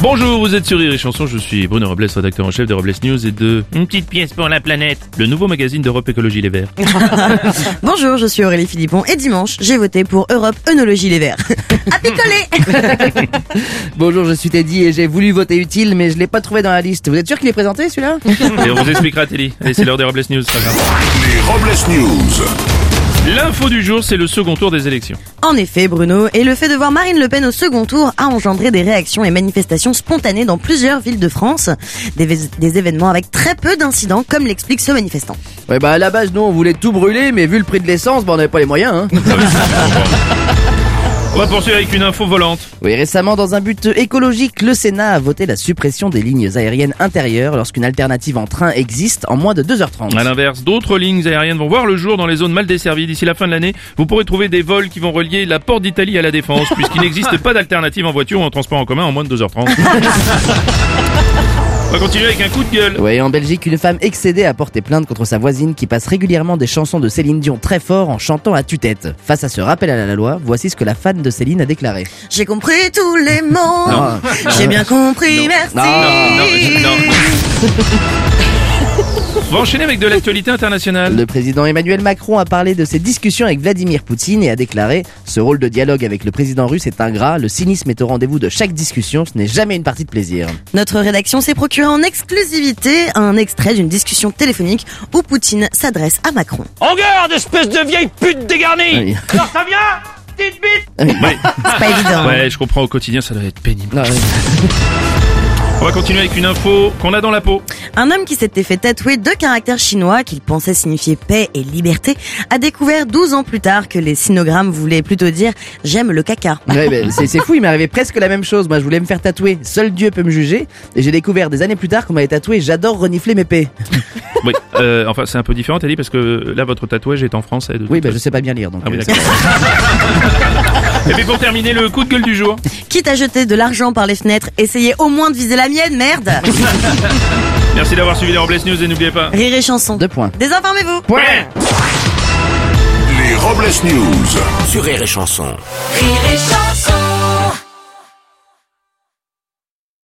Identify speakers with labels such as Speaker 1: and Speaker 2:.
Speaker 1: Bonjour, vous êtes sur Rire et Chanson, je suis Bruno Robles, rédacteur en chef de Robles News et de Une petite pièce pour la planète, le nouveau magazine d'Europe Écologie Les Verts.
Speaker 2: Bonjour, je suis Aurélie Philippon et dimanche, j'ai voté pour Europe Œnologie Les Verts. à picoler
Speaker 3: Bonjour, je suis Teddy et j'ai voulu voter utile, mais je l'ai pas trouvé dans la liste. Vous êtes sûr qu'il est présenté celui-là
Speaker 1: Et on vous expliquera, Télé. Allez, c'est l'heure des Robles News. c'est pas grave.
Speaker 4: Les Robles News.
Speaker 1: L'info du jour, c'est le second tour des élections.
Speaker 2: En effet, Bruno, et le fait de voir Marine Le Pen au second tour a engendré des réactions et manifestations spontanées dans plusieurs villes de France. Des, vé- des événements avec très peu d'incidents, comme l'explique ce manifestant.
Speaker 3: Ouais, bah à la base, nous on voulait tout brûler, mais vu le prix de l'essence, bah on n'avait pas les moyens. Hein.
Speaker 1: On va poursuivre avec une info volante.
Speaker 3: Oui, récemment, dans un but écologique, le Sénat a voté la suppression des lignes aériennes intérieures lorsqu'une alternative en train existe en moins de 2h30.
Speaker 1: À l'inverse, d'autres lignes aériennes vont voir le jour dans les zones mal desservies. D'ici la fin de l'année, vous pourrez trouver des vols qui vont relier la porte d'Italie à la Défense, puisqu'il n'existe pas d'alternative en voiture ou en transport en commun en moins de 2h30. On va continuer avec un coup de gueule.
Speaker 3: Ouais, en Belgique, une femme excédée a porté plainte contre sa voisine qui passe régulièrement des chansons de Céline Dion très fort en chantant à tue-tête. Face à ce rappel à la loi, voici ce que la fan de Céline a déclaré.
Speaker 2: J'ai compris tous les mots.
Speaker 3: Ah.
Speaker 2: J'ai bien compris, merci.
Speaker 1: Non, non, non. On va enchaîner avec de l'actualité internationale.
Speaker 3: Le président Emmanuel Macron a parlé de ses discussions avec Vladimir Poutine et a déclaré Ce rôle de dialogue avec le président russe est ingrat, le cynisme est au rendez-vous de chaque discussion, ce n'est jamais une partie de plaisir.
Speaker 2: Notre rédaction s'est procurée en exclusivité un extrait d'une discussion téléphonique où Poutine s'adresse à Macron.
Speaker 5: En garde, espèce de vieille pute dégarnie
Speaker 3: Oui.
Speaker 5: Alors ça vient Petite bite
Speaker 1: Ouais.
Speaker 2: C'est pas évident.
Speaker 1: Ouais, je comprends au quotidien, ça doit être pénible.
Speaker 3: Non, oui.
Speaker 1: On va continuer avec une info qu'on a dans la peau.
Speaker 2: Un homme qui s'était fait tatouer deux caractères chinois qu'il pensait signifier paix et liberté a découvert 12 ans plus tard que les sinogrammes voulaient plutôt dire j'aime le caca.
Speaker 3: Ouais, ben, c'est c'est fou, il m'est arrivé presque la même chose. Moi, je voulais me faire tatouer. Seul Dieu peut me juger. Et j'ai découvert des années plus tard qu'on m'avait tatoué J'adore renifler mes paix.
Speaker 1: Oui, euh, enfin c'est un peu différent, Teddy, parce que là votre tatouage est en français. de
Speaker 3: Oui,
Speaker 1: toute
Speaker 3: ben, je sais pas bien lire. Donc,
Speaker 1: Ah oui,
Speaker 3: euh,
Speaker 1: d'accord. Et puis pour terminer, le coup de gueule du jour.
Speaker 2: Quitte à jeter de l'argent par les fenêtres, essayez au moins de viser la mienne, merde
Speaker 1: Merci d'avoir suivi les Robles News et n'oubliez pas.
Speaker 2: Rire et chanson.
Speaker 3: deux points.
Speaker 2: Désinformez-vous
Speaker 4: Les Robles News.
Speaker 6: Sur Rire et Chanson.
Speaker 7: Rire et chanson.